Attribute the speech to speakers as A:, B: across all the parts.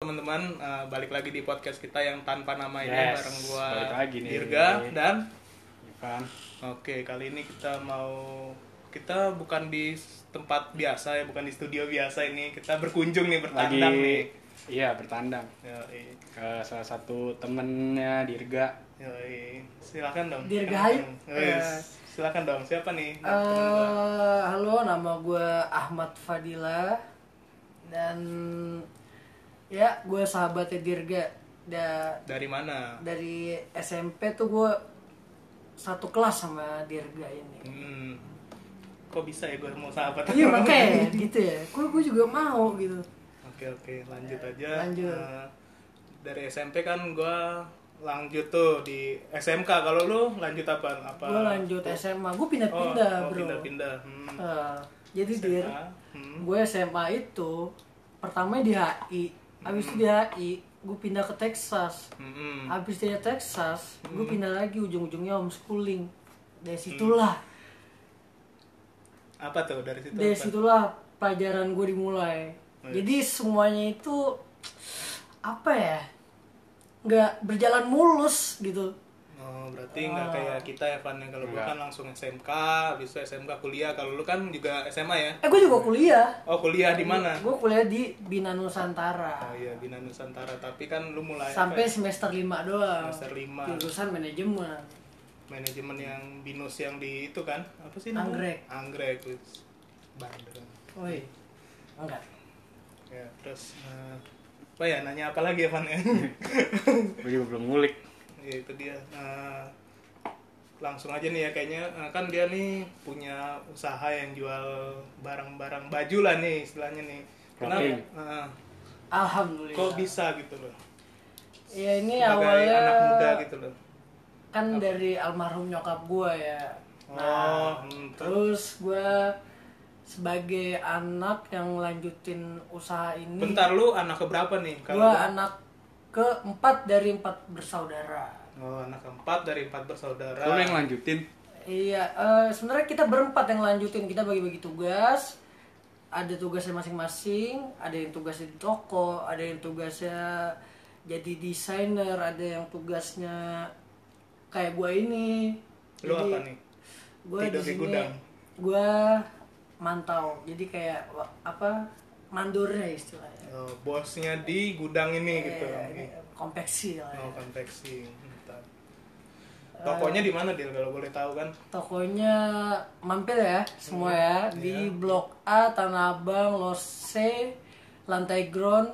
A: teman-teman eh, balik lagi di podcast kita yang tanpa nama ini
B: Yes,
A: bareng gua
B: balik lagi nih.
A: Dirga dan
B: kan
A: oke kali ini kita mau kita bukan di tempat biasa ya bukan di studio biasa ini kita berkunjung nih
B: lagi
A: bertandang nih
B: iya bertandang
A: Yoi,
B: ke salah satu temennya Dirga
A: yoi. silakan dong
C: Dirgahayu.
A: Yoi, silakan dong siapa nih Temen gua.
C: Eh, halo, nama gue Ahmad Fadila dan ya gue sahabatnya Dirga da,
A: dari mana
C: dari SMP tuh gue satu kelas sama Dirga ini.
A: hmm. kok bisa ya gue mau sahabat
C: Iya makanya gitu ya. Gue gue juga mau gitu.
A: Oke oke lanjut aja.
C: Iya, Lanjut.
A: Eh, dari SMP kan gua lanjut tuh di SMK. Kalau lu lanjut apa? Apa?
C: Gue lanjut SMA, gue
A: Oh,
C: pindah-pindah
A: oh,
C: bro.
A: pindah-pindah. Hmm.
C: Eh, jadi Dir,
A: SMA. Hmm.
C: gue SMA itu pertama di HI, habis itu di HI gue pindah ke Texas.
A: Hmm.
C: Habis dari Texas, gue pindah lagi ujung-ujungnya homeschooling. Dari
A: Hmm.
C: situlah,
A: Apa tuh dari situ?
C: dari
A: apa?
C: situlah pelajaran gue dimulai.
A: Oh, iya.
C: Jadi semuanya itu apa ya? Nggak berjalan mulus gitu.
A: Oh, berarti nggak
C: Eh.
A: kayak kita ya Van yang kalau gua
B: Nggak.
A: kan langsung SMK, habis itu SMK kuliah. Kalau lu kan juga SMA ya?
C: Eh gue juga kuliah.
A: Oh, kuliah di mana?
C: Gue kuliah di Bina Nusantara.
A: Oh iya, Bina Nusantara. Tapi kan lu mulai apa
C: Sampai
A: ya?
C: semester 5 doang.
A: Semester lima.
C: Jurusan manajemen.
A: manajemen yang binus yang di itu kan? Apa sih
C: Anggrek.
A: Anggrek. wis. Bandel.
C: Woi. Enggak.
A: Ya, terus eh, apa ya nanya apa lagi ya Van ya?
B: gue juga belum ngulik
A: ya itu dia. Eh, langsung aja nih ya kayaknya eh, kan dia nih punya usaha yang jual barang-barang baju lah nih istilahnya nih. Kenapa?
B: Clothing.
A: eh,
C: Alhamdulillah.
A: kok bisa gitu loh?
C: Ya ini
A: Sebagai
C: awalnya
A: anak muda gitu loh.
C: kan dari almarhum nyokap gue ya
A: Oh,
C: nah
A: hmm,
C: terus gue sebagai anak yang lanjutin usaha ini
A: Bentar lu anak keberapa nih?
C: gue anak keempat dari empat bersaudara
A: Oh, anak keempat dari empat bersaudara.
B: lu yang lanjutin
C: iya eh, sebenarnya kita berempat yang lanjutin kita bagi-bagi tugas ada tugasnya masing-masing ada yang tugasnya di toko ada yang tugasnya jadi desainer ada yang tugasnya kayak gue ini
A: Lu
C: Jadi-
A: apa nih?
C: gue di
A: Tidur di
C: sini
A: gudang.
C: gue mantau jadi kayak wa- apa mandornya istilahnya
A: Oh, bosnya di gudang ini gitu.
C: Kayak
A: Oke.
C: ini, kompeksi lah ya.
A: Oh, konveksi. Bentar. Tokonya di mana Dil kalau boleh tahu kan?
C: tokonya mampir ya semua ya di
A: Iya.
C: blok A Tanah Abang Lose lantai ground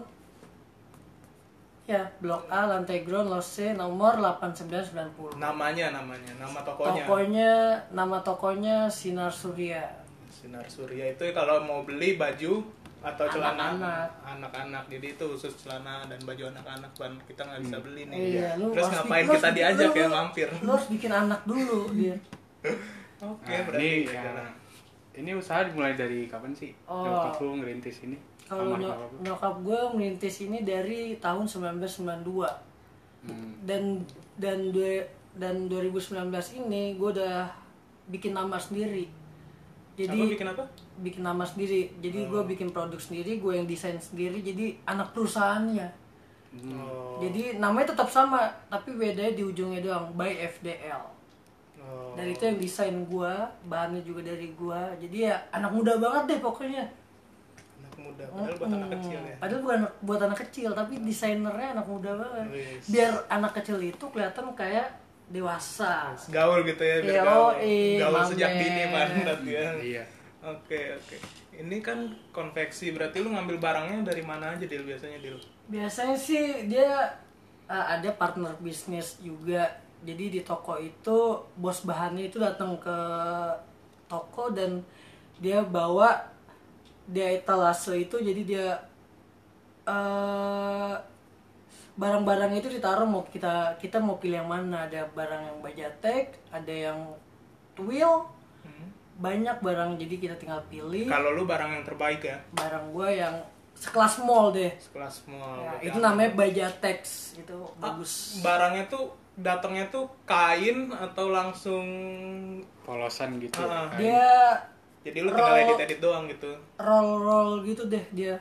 C: ya blok A lantai ground Lose nomor 8990
A: Namanya namanya, nama tokonya.
C: tokonya nama tokonya Sinar Surya
A: Sinar Surya itu kalau mau beli baju atau celana
C: Anak-anak.
A: anak-anak. Jadi itu khusus celana dan baju anak-anak kan kita nggak bisa beli nih.
C: Iya, lu
A: Terus
C: harus
A: ngapain
C: bikin-
A: kita
C: lu harus
A: diajak
C: bikin-
A: ya
C: lu-
A: mampir?
C: Lu harus bikin anak dulu dia.
A: Oke,
B: Nah,
A: berarti
B: ini ya,
A: gara-gara-
B: ini usaha dimulai dari kapan sih
C: Oh.
B: nyokap lu ngerintis ini
C: Kalau
B: Sama
C: nyok-
B: nyokap lu?
C: nyokap gue merintis ini dari tahun 1992
B: Hmm.
C: dan dan dua- dan 2019 ini gue udah bikin nama sendiri. Jadi
A: Apa
C: bikin?
A: bikin Oh. apa?
C: nama sendiri. Jadi gue bikin produk sendiri, gue yang desain sendiri. Jadi anak perusahaannya.
B: hmm,
A: Oh,
C: Hmm. Jadi namanya tetap sama, tapi bedanya di ujungnya doang. By FDL.
A: oh.
C: Dan itu yang desain gua, bahannya juga dari gua. Jadi ya anak muda banget deh pokoknya.
A: anak muda padahal buat anak
C: Hmm.
A: kecil ya.
C: Padahal bukan anak- buat anak kecil, tapi desainernya anak muda banget.
A: Wis.
C: Biar anak kecil itu kelihatan kayak dewasa.
A: Gaul gitu ya, biar
C: Yo,
A: gaul.
C: eh,
A: Gaul sejak
C: mamen.
A: dini mantap ya.
B: iya
A: Oke oke. Ini kan konveksi berarti lu ngambil barangnya dari mana aja Dil biasanya Dil?
C: Biasanya sih dia uh, ada partner bisnis juga. Jadi di toko itu bos bahannya itu datang ke toko dan dia bawa dia etalase itu jadi dia eh barang-barang itu ditaruh mau kita kita mau pilih yang mana ada barang yang bajatek ada yang twill banyak barang jadi kita tinggal pilih
A: Kalau lu barang yang terbaik ya,
C: barang gua yang sekelas mall deh
A: sekelas mall.
C: Ya,
A: berarti
C: itu
A: apa?
C: namanya Bajatex gitu bagus
A: Barangnya tuh datangnya tuh kain atau langsung
B: polosan gitu
A: Ah.
B: kan.
C: Dia
A: jadi lu tinggal
C: Roll.
A: edit edit doang gitu
C: roll-roll gitu deh dia.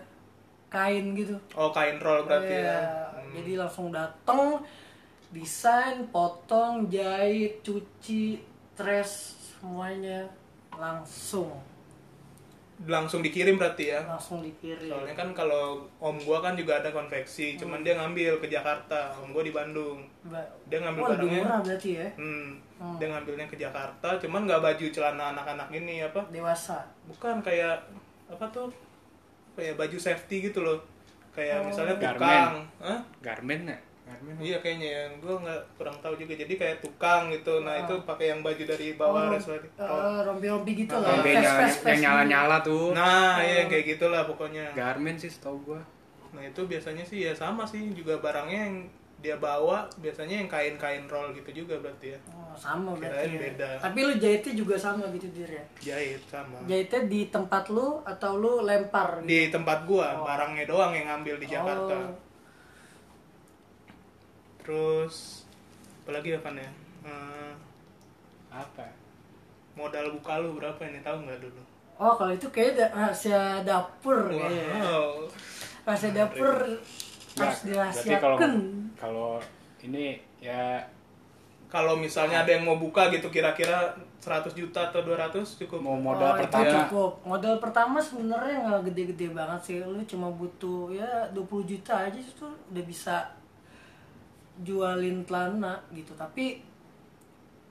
C: Kain gitu.
A: oh kain roll berarti
C: Iya,
A: ya Hmm.
C: Jadi langsung dateng, desain, potong, jahit, cuci, tres, semuanya langsung
A: langsung dikirim berarti ya
C: langsung dikirim.
A: soalnya kan kalau om gua kan juga ada konveksi cuman
C: Hmm.
A: dia ngambil ke Jakarta om gua di Bandung
C: Ba-
A: dia ngambil
C: Wah, lebih
A: barangnya.
C: murah berarti ya.
A: hmm, dia ngambilnya ke Jakarta cuman nggak baju celana anak-anak ini apa
C: Dewasa.
A: bukan kayak apa tuh kayak baju safety gitu loh kayak
C: Oh.
A: misalnya
B: Garment.
A: tukang Hah?
B: Garmen ya?
C: Hmm.
B: Garmen.
A: Iya kayaknya ya, gue nggak kurang tahu juga. Jadi kayak tukang gitu. Nah itu pakai yang baju dari bawah
C: Hmm. Oh,
A: res tadi.
C: eh, rompi-rompi gitu lah.
B: Yang
C: Fes,
B: beda
C: fes, fes
B: yang nyala-nyala tuh.
A: Nah
C: Oh.
A: iya yang kayak gitulah pokoknya.
B: Garmen sih setahu gua.
A: Nah itu biasanya sih ya sama sih juga barangnya yang dia bawa biasanya yang kain-kain roll gitu juga berarti ya.
C: Oh, sama berarti.
A: Kirain
C: ya.
A: beda.
C: Tapi lu jahitnya juga sama gitu dir ya.
A: Jahit sama.
C: Jahitnya di tempat lu atau lu lempar gitu?
A: Di tempat gua barangnya doang yang ngambil di Jakarta.
C: Oh.
A: Terus apalagi apa ya? Eh,
B: Apa?
A: modal buka lu berapa ini tahu nggak dulu?
C: Oh, kalau itu kayaknya da- rahasia dapur kayaknya.
A: Wow.
C: Rahasia dapur harus
B: Nggak, Nah, berarti kalau
C: dirahasiakan.
B: kalau ini ya
A: Kalau misalnya ada yang mau buka gitu kira-kira 100 juta atau 200 cukup.
B: mau modal
C: Oh, itu
B: pertama
C: cukup. Modal pertama sebenarnya nggak gede-gede banget sih. Lu cuma butuh ya 20 juta aja itu udah bisa jualin telana gitu. Tapi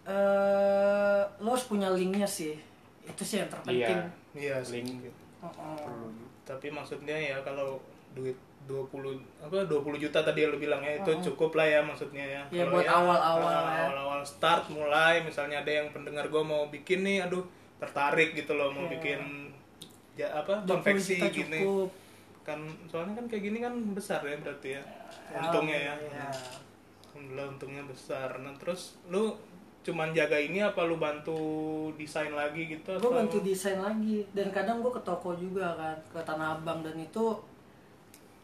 C: eh lo harus punya linknya sih. Itu sih yang terpenting.
B: iya
A: Iya, sih.
B: link
C: Oh, oh.
A: tapi maksudnya ya kalau duit 20 apa 20 juta tadi yang lu bilang ya itu cukup lah ya maksudnya ya.
C: Ya,
A: Kalau
C: buat awal-awal
A: ah,
C: ya.
A: Awal-awal start mulai misalnya ada yang pendengar gua mau bikin nih aduh tertarik gitu loh mau bikin ja, apa
C: 20
A: konveksi
C: Iya. juta
A: gini.
C: cukup.
A: Kan soalnya kan kayak gini kan besar ya berarti ya. Untungnya ya.
C: Iya.
A: Alhamdulillah untungnya besar. Nah, terus lu cuman jaga ini apa lu bantu desain lagi gitu
C: gue
A: atau-
C: bantu desain lagi dan kadang gue ke toko juga kan ke tanah abang dan itu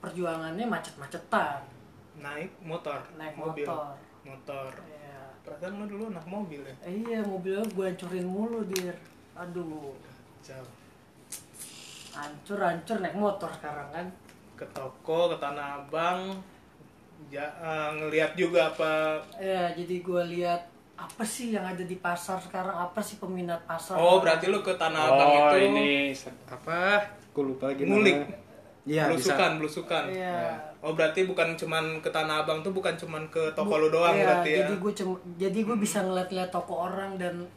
C: perjuangannya macet-macetan
A: naik motor
C: naik
A: mobil
C: motor
A: motor
C: Iya.
A: perasaan lu dulu anak mobil ya
C: Eh, iya mobilnya gue hancurin mulu dir aduh
A: jauh
C: hancur hancur naik motor sekarang kan
A: ke toko ke tanah abang ja, eh, ngelihat juga apa
C: ya jadi gue lihat apa sih yang ada di pasar sekarang apa sih peminat pasar
A: oh berarti lu ke tanah abang
B: oh
A: itu
B: ini se- apa gue lupa lagi
A: Ngulik.
B: namanya. iya bisa
A: belusukan belusukan
C: Iya.
A: oh berarti bukan cuman ke tanah abang tuh bukan cuman ke toko lu doang
C: Iya,
A: berarti ya
C: jadi gue jadi gue bisa ngeliat-liat toko orang dan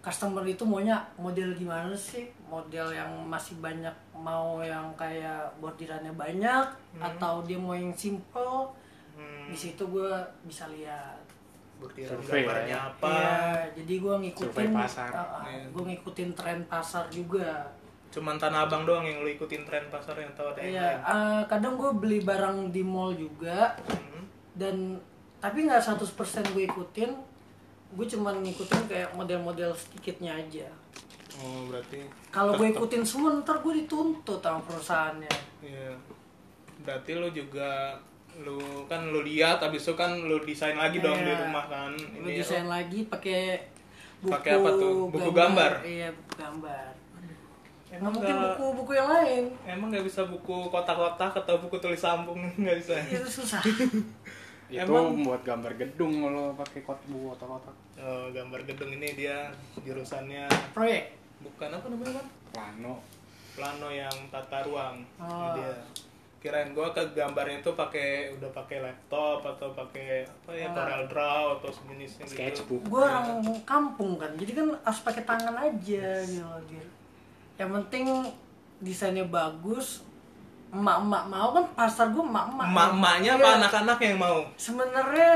C: customer itu maunya model gimana sih model yang masih banyak mau yang kayak bordirannya banyak
A: Hmm.
C: atau dia mau yang simple di situ gue bisa lihat
A: Berdiri
B: Survei lah
A: gambarnya
B: ya.
A: apa
C: Iya, jadi gue
B: Survei
C: ngikutin
B: pasar.
C: gue ngikutin tren pasar juga
A: cuman tanah abang doang yang lu ikutin tren pasarnya atau ada yang
C: Iya, eh, kadang gue beli barang di mall juga
A: Hmm.
C: dan tapi nggak 100% gue ikutin, gue cuman ngikutin kayak model-model sedikitnya aja.
A: oh berarti
C: Kalau gue ikutin semua ntar gue dituntut sama perusahaannya.
A: Iya. Berarti lu juga lu kan lu lihat habis itu kan lu desain lagi dong di rumah kan.
C: Gue
A: Ini
C: Iya. desain lagi pakai buku
A: Pakai apa tuh? Buku gambar?
C: Iya, buku gambar. Nggak
A: emang
C: mungkin
A: nggak-
C: buku-buku yang lain.
A: emang nggak bisa buku kotak-kotak atau buku tulis sambung nggak bisa.
C: Iya, Itu susah.
B: itu buat gambar gedung lo pakai kot bu otak-otak
A: Oh, gambar gedung ini dia jurusannya
C: Proyek.
A: bukan apa namanya kan?
B: plano
A: Plano yang tata ruang.
C: Oh.
A: Ini dia. Kirain gua ke gambarnya tuh pakai udah pakai laptop atau pakai apa ya Corel Draw atau sejenisnya gitu.
B: sketchbook
C: gue orang kampung kan jadi kan harus pakai tangan aja gitu loh, Gir. yang penting desainnya bagus emak-emak mau kan pasar gue emak-emak Iya,
A: Mak-maknya apa anak-anak yang mau?
C: sebenarnya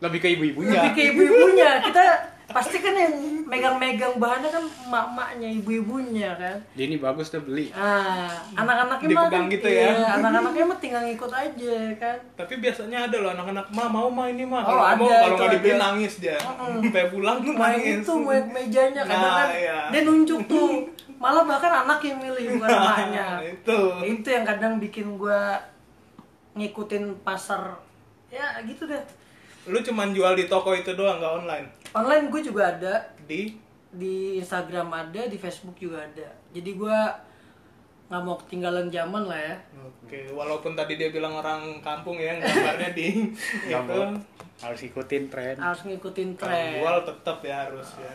B: lebih ke
C: lebih
B: ibu-ibunya
C: ke ibu-ibunya kita pasti kan yang megang-megang bahannya kan emak-emaknya ibu-ibunya kan
B: dia ini bagus udah beli
C: ah anak-anaknya mah
A: Hmm. Dipegang
C: kan
A: gitu ya.
C: iya, anak-anaknya mah tinggal ngikut aja kan
A: Tapi biasanya ada loh anak-anak, ma mau ma ini ma.
C: Oh,
A: Kalau
C: ada,
A: mau kalau
C: itu
A: nggak dibeliin
C: ada.
A: nangis dia. Sampai pulang tuh
C: main
A: nangis.
C: itu main mejanya kadang
A: Nah,
C: kan
A: iya.
C: dia nunjuk tuh malah bahkan anak yang milih bukan emaknya
A: Nah, itu.
C: itu yang kadang bikin gua ngikutin pasar ya gitu deh
A: Lu cuman jual di toko itu doang nggak online?
C: Online gue juga ada,
A: Di
C: di Instagram ada, di Facebook juga ada. Jadi gue nggak mau ketinggalan zaman lah ya.
A: Oke, walaupun tadi dia bilang orang kampung ya, gambarnya di gitu.
B: Nggak
A: itu
B: mau. harus ikutin tren
C: Harus ngikutin tren.
A: jual tetap ya harus ya.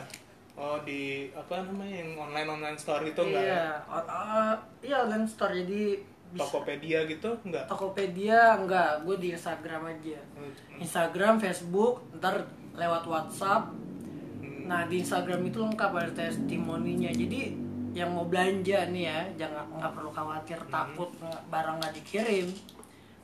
A: Oh di apa namanya yang online online store itu enggak ya?
C: Iya, o- o- iya online store jadi bisa.
A: Tokopedia gitu enggak?
C: Tokopedia enggak, gue di Instagram aja.
A: Hmm.
C: Instagram, Facebook, ntar lewat WhatsApp. Nah di Instagram itu lengkap ada testimoninya. Jadi yang mau belanja nih ya, jangan
A: Hmm.
C: nggak perlu khawatir takut nge- barang nggak dikirim,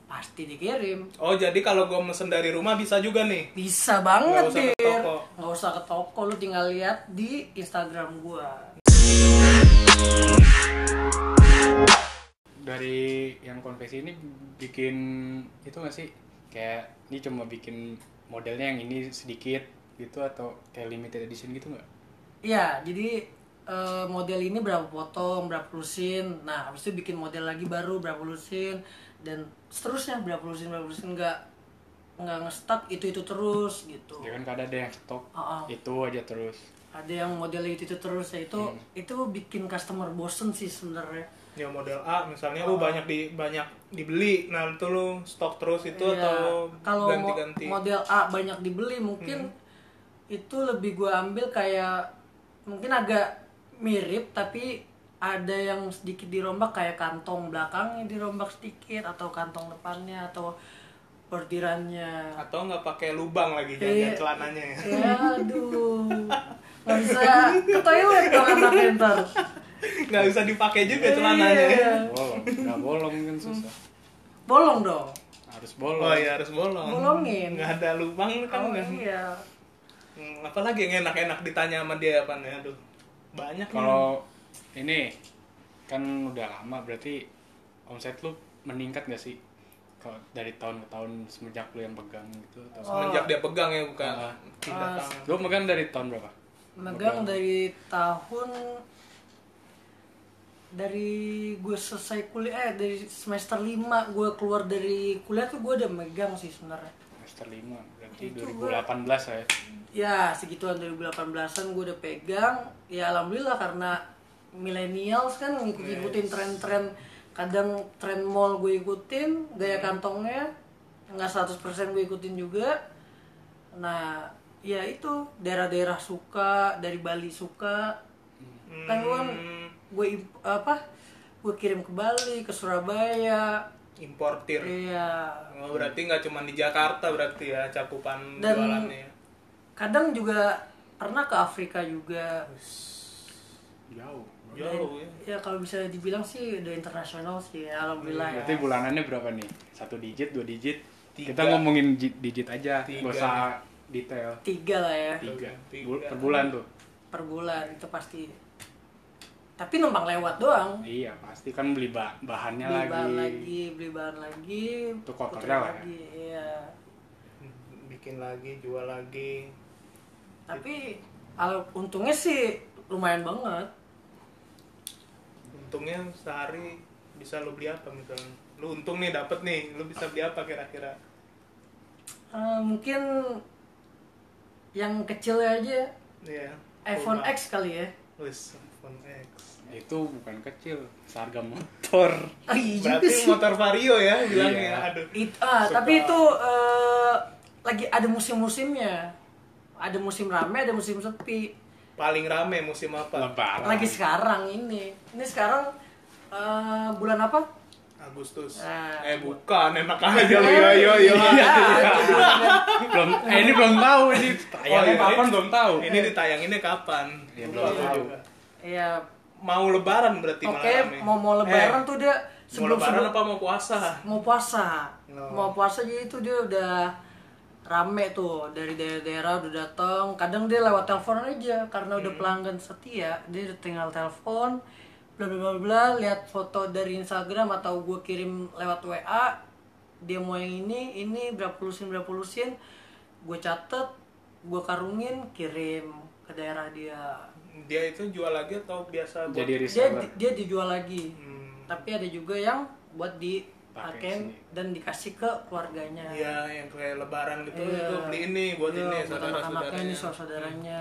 C: pasti dikirim.
A: Oh jadi kalau gue mesen dari rumah bisa juga nih?
C: Bisa banget
A: Nggak usah ke
C: Dir.
A: toko.
C: Nggak usah ke toko, lu tinggal lihat di Instagram gua.
B: dari yang konversi ini bikin itu nggak sih kayak ini cuma bikin modelnya yang ini sedikit gitu atau kayak limited edition gitu nggak
C: Iya, jadi eh, model ini berapa potong, berapa lusin. Nah, habis itu bikin model lagi baru berapa lusin dan seterusnya berapa lusin, berapa lusin nggak nggak ngestak itu itu terus gitu.
B: ya kan kadang ada yang stok
C: Ah, ah.
B: itu aja terus
C: Ada yang model itu itu terus ya itu itu bikin customer bosen sih sebenarnya.
A: Ya model A misalnya, oh banyak di banyak dibeli, nah itu lu stok terus itu
C: Iya,
A: atau
C: kalau mo-
A: ganti-ganti? Hmm.
C: model A banyak dibeli mungkin itu lebih gua ambil kayak mungkin agak mirip tapi ada yang sedikit dirombak kayak kantong belakangnya dirombak sedikit atau kantong depannya atau bordirannya.
A: Atau nggak pakai lubang lagi
C: Iya.
A: jajan celananya ya?
C: Ya aduh. Nggak bisa ke toilet dong anaknya ntar.
A: Nggak bisa dipakai juga celananya. ya?
C: Iya.
B: bolong nggak bolong kan susah
C: Bolong dong.
B: harus bolong
A: Oh ya harus bolong.
C: Bolongin.
A: Nggak ada lubang kan
C: Oh,
A: nggak.
C: iya.
A: Hmm, apalagi yang enak-enak ditanya sama dia apa nih? Aduh, banyak ya.
B: kalau ini kan udah lama berarti omset lu meningkat nggak sih kalau dari tahun ke tahun semenjak lu yang pegang gitu atau
A: semenjak dia pegang ya bukan
B: Ah.
A: tidak tangan.
B: lu pegang dari tahun berapa
C: Megang dari tahun dari gue selesai kuliah eh dari semester 5 gue keluar dari kuliah tuh gue udah megang sih sebenarnya.
B: semester 5 berarti
C: Itu
B: 2018 lah ya
C: Ya, segituan 2018-an gue udah pegang. Ya alhamdulillah karena millennials kan ngikut-ngikutin tren-tren kadang tren mall gue ikutin, gaya kantongnya nggak 100% gue ikutin juga. Nah, ya itu daerah-daerah suka, dari Bali suka. Kan gue
A: Hmm,
C: gue imp- apa? Gue kirim ke Bali, ke Surabaya.
A: importir.
C: Iya.
A: Oh, berarti nggak cuma di Jakarta berarti ya cakupan
C: Dan-
A: jualannya. ya?
C: Kadang juga pernah ke Afrika juga.
B: jauh iya.
A: Jauh ya.
C: Ya kalau bisa dibilang sih udah internasional sih ya, alhamdulillah ya.
B: berarti bulanannya berapa nih satu digit dua digit
A: Tiga.
B: kita ngomongin ji- digit aja
A: Tiga.
B: gak usah detail
C: Tiga lah ya
B: tiga,
A: Tiga.
B: Bul- per bulan tuh
C: per bulan itu pasti. Tapi numpang lewat doang.
B: iya pasti kan beli ba- bahannya
C: Beli
B: lagi.
C: bahan lagi, beli bahan lagi.
B: Itu kotornya
C: puter
B: lah ya.
C: lagi, Iya.
A: Bikin lagi, jual lagi.
C: Tapi kalau untungnya sih lumayan banget.
A: Untungnya sehari bisa lu beli apa misalnya? Lu untung nih dapet nih, lu bisa beli apa kira-kira?
C: Eh, mungkin yang kecil aja
A: Iya.
C: iPhone
A: Rumah.
C: X kali ya.
A: Wis, iPhone X.
B: itu bukan kecil seharga motor
C: Oh, iya juga
A: Berarti
C: sih.
A: motor Vario ya bilangnya.
B: Iya.
A: Aduh.
C: It- ah,
A: Suka.
C: tapi itu eh, lagi ada musim-musimnya. Ada musim rame, ada musim sepi.
A: Paling rame musim apa?
B: lebaran
C: Lagi sekarang ini. Ini sekarang eh, bulan apa?
A: Agustus.
C: Ah.
A: eh bukan, enak aja
B: iya,
A: lu.
C: Eh,
A: Yo yo yo.
C: iya, iya.
B: belum eh, ini belum tahu
C: Oh,
B: ini
A: iya,
B: tayangnya kapan
A: ini-
B: belum tahu
A: Ini ditayanginnya kapan?
B: Ya,
A: Lupa
B: belum
A: gua
B: tahu.
A: juga.
C: Iya.
A: Mau lebaran berarti
C: Oke,
A: malah rame.
C: mau mau
A: Eh,
C: lebaran tuh dia
A: mau
C: sebelum
A: lebaran
C: sebelum
A: apa mau puasa?
C: mau puasa.
A: No.
C: Mau puasa jadi itu dia udah rame tuh dari daerah-daerah udah datang. Kadang dia lewat telepon aja karena udah pelanggan setia, dia udah tinggal telepon bla bla bla bla lihat foto dari Instagram atau gue kirim lewat WA dia mau yang ini ini berapa lusin berapa lusin gue catet gue karungin kirim ke daerah dia
A: Dia itu jual lagi atau biasa buat
B: jadi
C: dia
B: reseller
C: dia dijual lagi
A: Hmm,
C: tapi ada juga yang buat di
B: Pakai
C: pakai
B: sini.
C: dan dikasih ke keluarganya
A: Iya, yang kayak lebaran gitu,
C: Iya.
A: itu beli ini buat
C: Iya,
A: ini ya,
C: buat anak-anaknya
A: saudara-saudaranya.
C: nih saudaranya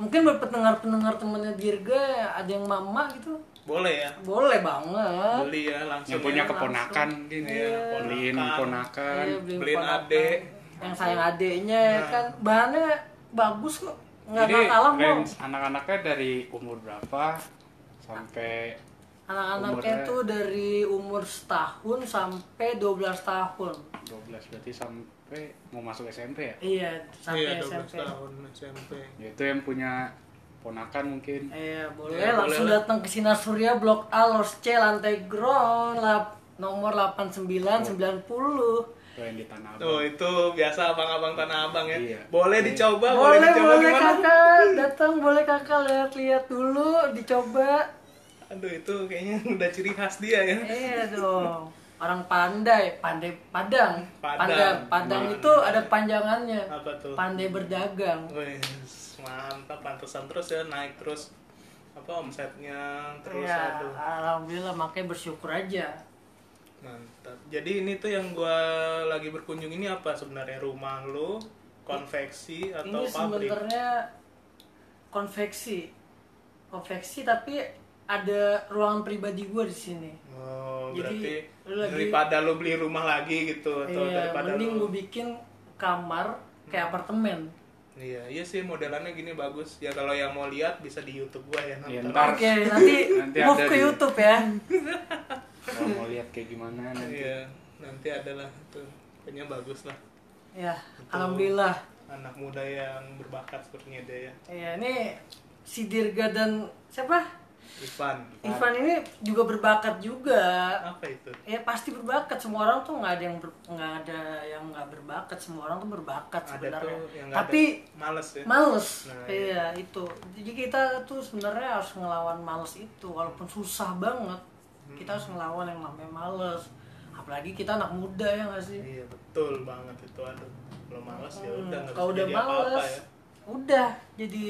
C: mungkin buat pendengar-pendengar temennya Dirga ada yang mama gitu
A: Boleh ya,
C: boleh banget
A: beli ya langsung.
B: yang punya
A: ya.
B: keponakan gitu
A: Iya,
B: beliin
A: keponakan.
B: keponakan
C: Iya,
A: kan, beliin
C: ponakan.
A: adek. Iya.
C: yang sayang adeknya ya kan bahannya bagus kok nggak
B: jadi
C: kalah mau
B: range anak-anaknya dari umur berapa sampai
C: anak-anaknya
B: umurnya-
C: tuh dari umur setahun sampai 12 tahun
B: 12 berarti sampai mau masuk SMP ya
C: iya
A: Iya,
C: sampai
A: 12
C: SMP
A: tahun SMP.
B: itu yang punya ponakan mungkin
C: Iya boleh
A: Iya,
C: langsung
A: boleh lah.
C: datang ke Sinar Surya Blok A Los C lantai ground lap, nomor 89 90
B: Tuh yang di tanah abang.
A: Tuh, itu biasa abang-abang Tanah Abang ya.
B: Iya.
A: Boleh dicoba, boleh,
C: boleh
A: dicoba
C: boleh
A: gimana?
C: kakak datang boleh kakak lihat-lihat dulu dicoba
A: Aduh, itu kayaknya udah ciri khas dia ya.
C: iya dong orang pandai pandai padang
A: Padang.
C: padang itu ada panjangannya
A: Apa tuh?
C: pandai berdagang
A: Wes, mantap, pantesan terus ya, naik terus apa omsetnya terus
C: ya
A: aduh
C: alhamdulillah makanya bersyukur aja
A: mantap jadi ini tuh yang gua lagi berkunjung ini apa sebenarnya rumah lu konveksi atau pabrik
C: ini sebenarnya konveksi konveksi tapi ada ruangan pribadi gue di sini
A: Oh,
C: Jadi,
A: berarti
C: lu lagi-
A: daripada lu beli rumah lagi gitu atau
C: Iya,
A: daripada
C: mending
A: lu Hmm.
C: gue bikin kamar kayak apartemen
A: Iya, iya sih modelannya gini bagus. Ya kalau yang mau lihat bisa di YouTube gua ya.
B: Iya,
A: nonton.
B: ntar.
C: oke nanti,
B: Nanti
C: move
B: ada
C: ke
B: di-
C: YouTube ya
B: Kalau mau lihat kayak gimana nanti
A: Iya, nanti adalah tuh. Kayaknya bagus lah.
C: ya alhamdulillah
A: Anak muda yang berbakat sepertinya dia ya.
C: ya ini si Dirga dan siapa
A: Ivan.
C: Ivan ini juga berbakat juga
A: Apa itu?
C: ya pasti berbakat semua orang tuh nggak ada yang ber- nggak ada yang nggak berbakat semua orang tuh berbakat
A: Ada
C: sebenarnya
A: tuh yang nggak
C: tapi
A: ada. males ya.
C: males
A: Nah,
C: iya itu jadi kita tuh sebenarnya harus ngelawan males itu walaupun susah banget kita
A: Hmm.
C: harus ngelawan yang namanya males apalagi kita anak muda ya nggak sih Hmm,
A: Iya, betul banget itu. Aduh, kalau males ya udah nggak
C: kalau
A: bisa
C: udah
A: jadi apa-apa
C: males
A: ya.
C: udah jadi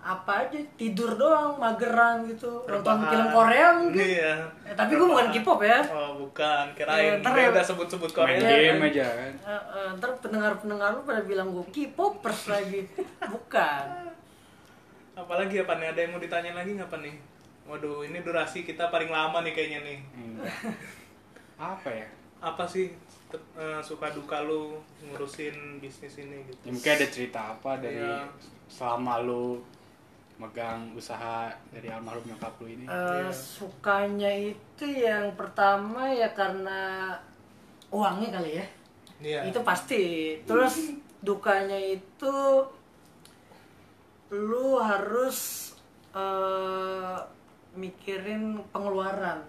C: apa aja tidur doang mageran gitu nonton
A: Rebahan.
C: film Korea mungkin
A: Iya.
C: Eh, tapi gue bukan
A: Rebahan.
C: K-pop ya
A: Oh, bukan. Kirain
C: Iya, ntar
A: dia
C: ya.
A: udah sebut-sebut Korea.
B: main game aja kan
C: Eh, eh, ntar pendengar-pendengar lu pada bilang gue K-popers lagi bukan
A: Apalagi apa nih? Ada yang mau ditanya lagi nggak apa nih? Waduh, ini durasi kita paling lama nih kayaknya nih.
B: Hmm. apa ya
A: Apa sih te- eh, suka duka lu ngurusin bisnis ini gitu?
B: Ya, mungkin ada cerita apa dari
A: Iya.
B: selama lu megang usaha dari almarhum nyokap lu ini
C: Eh,
A: Iya.
C: sukanya itu yang pertama ya karena uangnya kali ya
A: Iya.
C: itu pasti terus dukanya itu lu harus eh, mikirin pengeluaran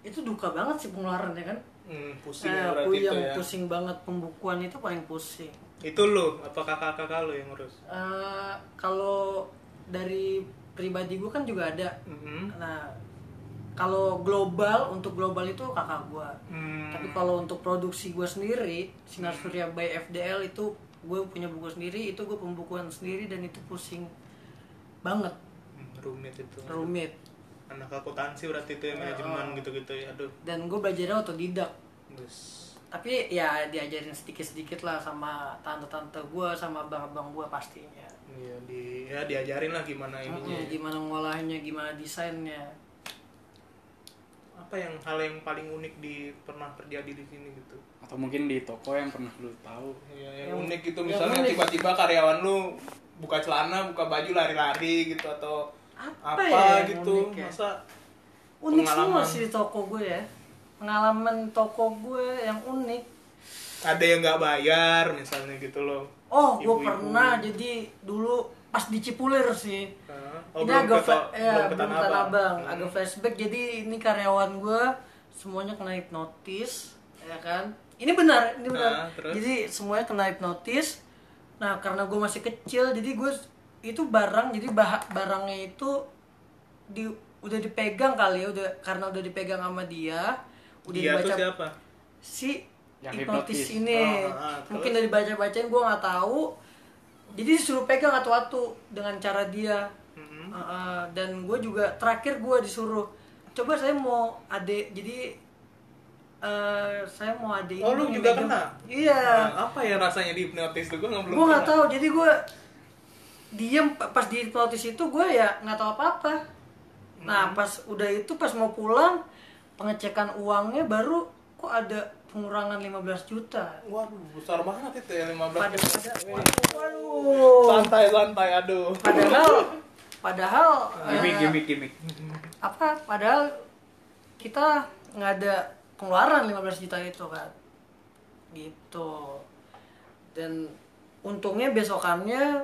C: itu duka banget sih pengeluaran ya kan
A: Hmm, pusing
C: Eh,
A: ya berarti
C: puyeng,
A: itu ya.
C: pusing banget pembukuan itu paling pusing
A: Itu lu, apa kakak-kakak lu yang ngurus?
C: Eh, kalau dari pribadi gue kan juga ada
A: Mm-mm.
C: nah kalau global untuk global itu kakak gue
A: Hmm,
C: tapi kalau untuk produksi gue sendiri sinar surya by FDL itu gue punya buku sendiri itu gue pembukuan sendiri dan itu pusing banget
A: hmm, rumit itu.
C: rumit
A: Anak akuntansi berarti
C: Eh,
A: itu ya, manajemen gitu-gitu ya. Aduh,
C: dan gue belajarnya otodidak
A: bus.
C: tapi ya diajarin sedikit-sedikit lah sama tante-tante gue sama abang-abang gue pastinya
A: Iya, di ya diajarin lah gimana ininya.
C: Mm, gimana ngolahnya gimana desainnya
A: Apa yang hal yang paling unik di pernah terjadi di sini gitu?
B: atau mungkin di toko yang pernah lu tahu
A: Iya, yang,
C: Yang-
A: unik gitu
C: yang
A: misalnya
C: unik.
A: tiba-tiba karyawan lu buka celana, buka baju lari-lari gitu atau apa,
C: apa, ya yang
A: gitu.
C: unik ya?
A: Masa
C: unik semua
A: Pengalaman.
C: sih toko gue ya pengalaman toko gue yang unik
A: ada yang nggak bayar misalnya gitu loh.
C: oh gue
A: Ibu-ibu.
C: pernah jadi dulu pas di Cipulir sih
A: Hah? Oh,
C: ini
A: belum
C: agak
A: ke-
C: fla- ya,
A: belum ke
C: belum
A: Tanah Abang. Hmm.
C: agak flashback jadi ini karyawan gue semuanya kena hipnotis ya kan ini benar
A: Nah,
C: ini benar
A: terus?
C: jadi semuanya kena hipnotis nah karena gue masih kecil jadi gue itu barang jadi bah- barangnya itu di udah dipegang kali ya udah karena udah dipegang sama dia udah
A: Dia tuh
C: dibaca
A: siapa?
C: si
B: Yang
C: hipnotis,
B: hipnotis.
C: ini
A: Oh, ah, terus?
C: mungkin dari baca bacain gue nggak tahu jadi disuruh pegang atu-atu dengan cara dia
A: Mm-mm.
C: Ah, ah, dan gue juga terakhir gue disuruh coba saya mau ade jadi eh, saya mau ada
A: Oh, lu
C: ini,
A: juga
C: megang-
A: kena?
C: Iya.
A: Nah, apa ya rasanya di hipnotis tuh? Gue nggak belum
C: gue nggak
A: pernah.
C: tahu jadi gue diem pa- pas di hipnotis itu gue ya nggak tahu apa apa nah pas udah itu pas mau pulang pengecekan uangnya baru kok ada pengurangan 15 juta
A: Waduh, besar banget itu ya 15
C: pada pada waduh
A: Santai, santai, aduh.
C: padahal padahal
B: Gimik,
C: eh,
B: gimik, gimik.
C: apa padahal kita nggak ada pengeluaran 15 juta itu kan gitu dan untungnya besokannya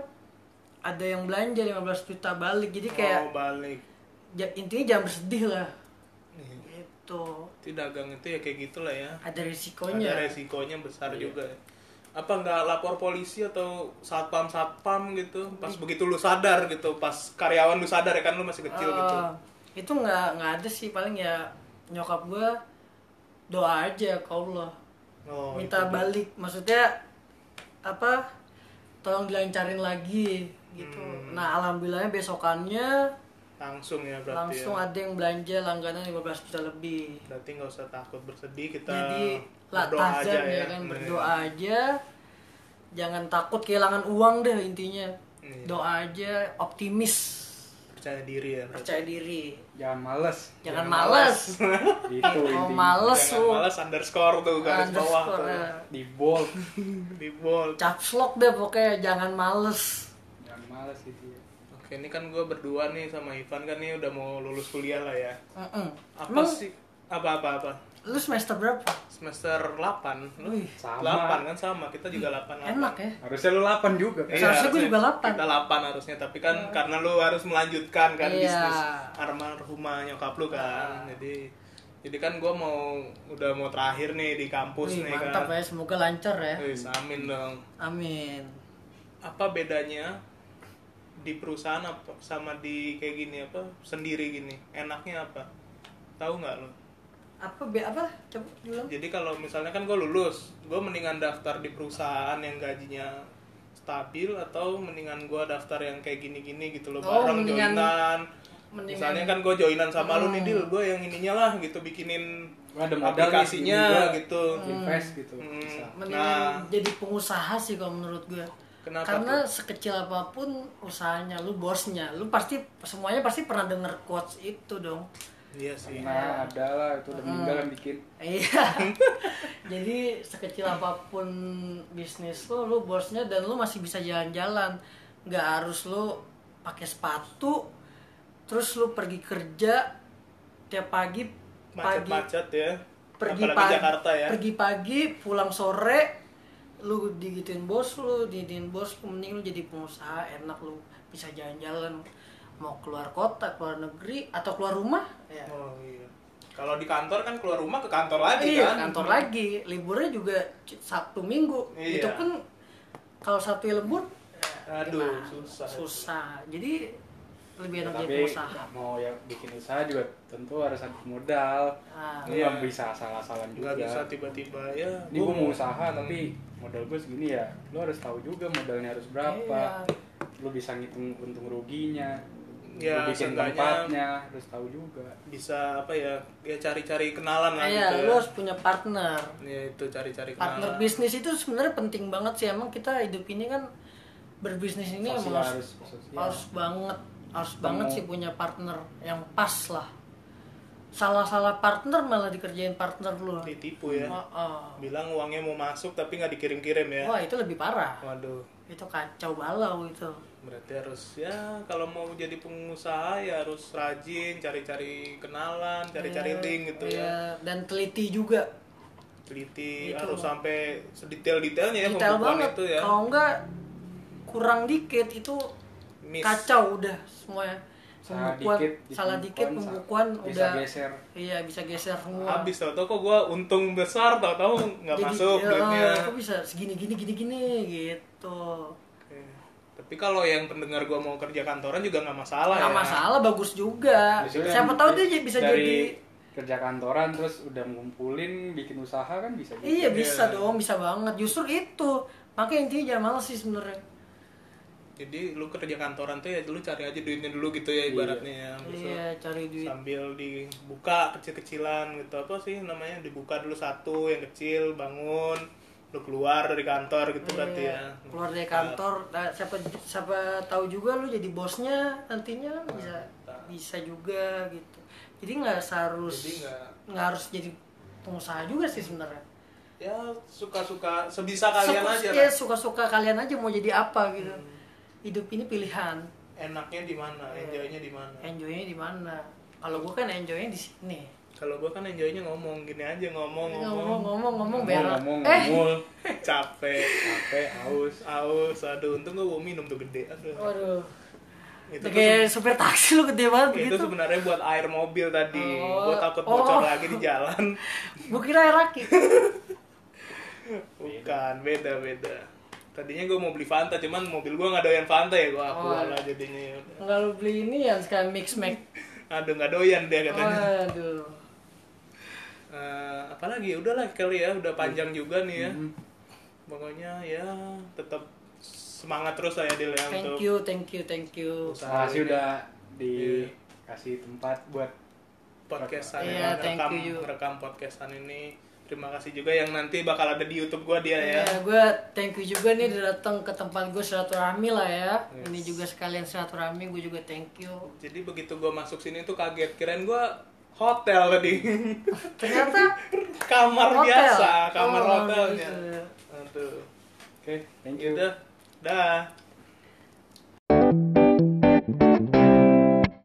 C: ada yang belanja 15 juta balik jadi kayak
A: Mau Oh, balik.
C: ja- intinya jangan bersedih lah
A: Nih,
C: gitu
A: Itu dagang itu ya kayak gitulah ya.
C: ada risikonya
A: Ada resikonya besar
C: Iya.
A: juga ya. Apa nggak lapor polisi atau satpam-satpam gitu? Pas begitu lu sadar gitu, pas karyawan lu sadar ya kan lu masih kecil gitu.
C: Eh, itu nggak nggak ada sih paling ya nyokap gue doa aja ke Allah
A: Oh,
C: minta balik maksudnya apa tolong dilancarin lagi gitu nah alhamdulillahnya besokannya
A: langsung ya Hmm. berarti
C: langsung
A: ya.
C: ada yang belanja langganan 15 juta lebih
A: Berarti nggak usah takut bersedih, kita
C: jadi lah
A: berdoa aja
C: tazan
A: ya.
C: ya kan
A: Iya.
C: berdoa aja jangan takut kehilangan uang deh intinya
A: Iya.
C: doa aja optimis
A: Percaya diri ya. berarti.
C: percaya diri
B: Jangan males.
C: jangan malas
B: Itu
C: kalau
B: intinya.
C: malas
A: Jangan
C: lu
A: malas underscore tuh garis bawah
C: underscore,
A: tuh.
C: ya.
B: Di bold.
A: Di bold.
C: caps lock deh pokoknya jangan males
B: Jangan malas itu ya.
A: Oke, ini kan gue berdua nih sama Ivan kan nih udah mau lulus kuliah lah ya.
C: Mm-mm.
A: Apa
C: Emang
A: sih? Apa apa apa?
C: lu semester berapa
A: Semester 8. Lu
C: Wih,
B: sama.
A: 8 kan sama, kita juga 8.
C: enak ya
B: Harusnya lu 8 juga
A: Eh,
B: kan?
C: Seharusnya gua juga 8.
A: Kita 8 harusnya, tapi kan karena lu harus melanjutkan kan
C: Iya.
A: bisnis arman rumah nyokap lu kan. Jadi jadi kan gue mau udah mau terakhir nih di kampus
C: Wih,
A: nih
C: mantap
A: kan.
C: ya, semoga lancar ya.
A: Wih, amin dong.
C: Amin.
A: apa bedanya di perusahaan apa sama di kayak gini apa sendiri gini enaknya apa tahu nggak lo
C: Apa be apa? Coba bilang.
A: jadi kalau misalnya kan gue lulus gue mendingan daftar di perusahaan yang gajinya stabil atau mendingan gue daftar yang kayak gini-gini gitu loh
C: Oh,
A: bareng
C: mendingan-
A: joinan
C: mendingan- Oh.
A: misalnya kan gue joinan sama lu nih deal gue yang ininya lah gitu bikinin
B: Gua ada modal nih,
A: aplikasinya
B: gini
A: gitu
B: Invest gitu.
A: Hmm.
B: Bisa.
A: Nah.
C: Mendingan jadi pengusaha sih kalau menurut gue.
A: Kenapa
C: Karena sekecil apapun usahanya, lu bosnya, lu pasti semuanya pasti pernah denger quotes itu dong.
A: iya sih
B: Nah, ada lah itu udah meninggal yang bikin.
C: Iya. Jadi sekecil apapun bisnis lo, lu bosnya dan lu masih bisa jalan-jalan. Nggak harus lu pakai sepatu, terus lu pergi kerja tiap pagi, pagi
A: macet-macet ya
C: pergi
A: apalagi
C: pagi,
A: Jakarta ya
C: pergi pagi, pulang sore, lu digituin bos lu, digituin bos, lu, mending lu jadi pengusaha enak lu bisa jalan-jalan mau keluar kota, keluar negeri atau keluar rumah, ya.
A: Oh iya. Kalau di kantor kan keluar rumah ke kantor lagi
C: Iya,
A: kan.
C: kantor lagi. Liburnya juga C- Sabtu Minggu.
A: Iya.
C: Itu pun kalau Sabtu ya lembur ya,
A: Aduh,
C: gimana?
A: susah.
C: Susah. Jadi lebih enak jadi
B: Tapi
C: pengusaha.
B: mau ya bikin usaha juga tentu harus ada modal.
C: Ah.
B: Lu
A: Iya.
B: nggak bisa asal-asalan juga.
A: Nggak bisa tiba-tiba ya.
B: Iya. Ini gue mau usaha tapi modal gue segini ya. Lu harus tahu juga modalnya harus
C: Iya.
B: berapa.
A: Iya.
B: Lu bisa ngitung untung ruginya.
A: Ya,
B: lu bikin
A: seenggaknya-
B: tempatnya harus tahu juga.
A: bisa apa ya? Ya cari-cari kenalan lah
C: Iya,
A: gitu.
C: lu
A: Ya.
C: harus punya partner.
A: Ya, itu cari-cari
C: Partner
B: Nah.
A: kenalan.
C: bisnis itu sebenarnya penting banget sih. Emang kita hidup ini kan berbisnis ini
B: Sosial
C: emang harus
B: harus sosial.
C: harus banget harus
B: Ketemu.
C: banget sih punya partner yang pas lah. Salah-salah partner malah dikerjain partner lu.
B: Iya.
A: Ditipu ya.
C: Oh, oh.
A: Bilang uangnya mau masuk tapi nggak dikirim-kirim ya.
B: Iya.
C: Wah, itu lebih parah.
A: Waduh,
C: itu kacau balau itu
A: berarti harus ya kalau mau jadi pengusaha ya harus rajin cari-cari kenalan, cari-cari link gitu ya.
C: Iya, dan teliti juga
A: Teliti
C: Gitu.
A: harus sampai
B: Iya,
A: sedetail-detailnya ya
C: detail
A: pembukuan
C: banget
A: itu ya.
C: kalau enggak kurang dikit itu
A: Miss.
C: kacau udah semuanya
B: Salah
C: Pembukuan-
B: dikit,
C: salah dikit
B: pembukuan,
C: pembukuan
B: salah- bisa
C: udah
B: geser.
C: iya bisa geser semua
A: Habis tau tau kok gua untung besar tau tau nggak
C: Jadi,
A: masuk
C: ya,
A: duitnya.
C: kok bisa segini gini gini gini gitu
A: Oke. Tapi kalau yang pendengar gua mau kerja kantoran juga nggak masalah
C: nggak
A: ya.
C: masalah bagus juga
B: Maksudnya
C: siapa
B: kan
C: tahu dia
B: dari-
C: j- bisa
B: dari
C: jadi
B: kerja kantoran terus udah ngumpulin bikin usaha kan bisa juga.
C: Iya bisa dong, bisa banget. Justru itu. Makanya intinya jangan males sih sebenarnya.
A: jadi lu kerja kantoran tuh ya lu cari aja duitnya dulu gitu ya ibaratnya ya. Terus lu
C: Iya, cari duit.
A: sambil dibuka kecil-kecilan gitu apa sih namanya dibuka dulu satu yang kecil bangun lu keluar dari kantor gitu berarti ya
C: Iya, Keluar dari kantor, nah, siapa siapa tahu juga lu jadi bosnya nantinya kan bisa bisa juga gitu. Jadi nggak harus
A: Jadi nggak-
C: nggak harus jadi pengusaha juga sih sebenarnya.
A: ya suka-suka sebisa kalian
C: Suka-
A: aja
C: ya,
A: lah.
C: suka-suka kalian aja mau jadi apa gitu. Hidup ini pilihan.
A: enaknya di mana
C: Iya.
A: enjoynya di mana
C: Enjoynya di mana? Kalau gua kan enjoynya di sini.
A: kalau gua kan enjoynya ngomong gini aja ngomong
C: Iya,
A: ngomong,
C: Ngomong-ngomong berak.
B: ngomong, ngomong,
C: Eh,
B: ngomul,
A: capek
B: capek, haus.
A: aus aduh untung gua bawa minum tuh gede aduh.
C: waduh.
A: itu tuh
C: Kayak supir taksi lu gede banget
A: itu
C: gitu.
A: sebenarnya buat air mobil tadi
C: Oh.
A: gua takut bocor
C: Oh.
A: lagi di jalan
C: Gua kira laki.
A: Bukan, beda beda. Tadinya gue mau beli Fanta, cuman mobil gue nggak doyan Fanta ya gue aku
C: Oh.
A: lah jadinya. ya udah.
C: Enggak lu beli ini ya sekarang mix max.
A: Aduh nggak doyan dia
C: Oh.
A: katanya.
C: Waduh.
A: Eh, apalagi ya udahlah kali ya, udah panjang juga nih ya.
C: Mm-hmm.
A: Pokoknya ya tetap semangat terus lah ya Dil ya
C: Thank
A: untuk
C: you, thank you, thank you.
A: usaha Iya.
B: Makasih
A: ini.
B: udah dikasih tempat buat
A: podcastan
C: Iya,
A: ya,
C: thank
A: rekam
C: you.
A: rekam podcastan ini. Terima kasih juga yang nanti bakal ada di YouTube gue dia ya.
C: Ya, gue thank you juga nih udah datang ke tempat gue silaturahmi lah ya. Ini juga sekalian silaturahmi, gue juga thank you.
A: Jadi begitu gue masuk sini tuh kaget, kirain gue hotel tadi.
C: Ternyata
A: kamar
C: Hotel.
A: biasa, kamar
C: Oh,
A: hotelnya.
C: gitu.
A: Aduh.
B: Oke, thank you.
A: Yaudah, dah.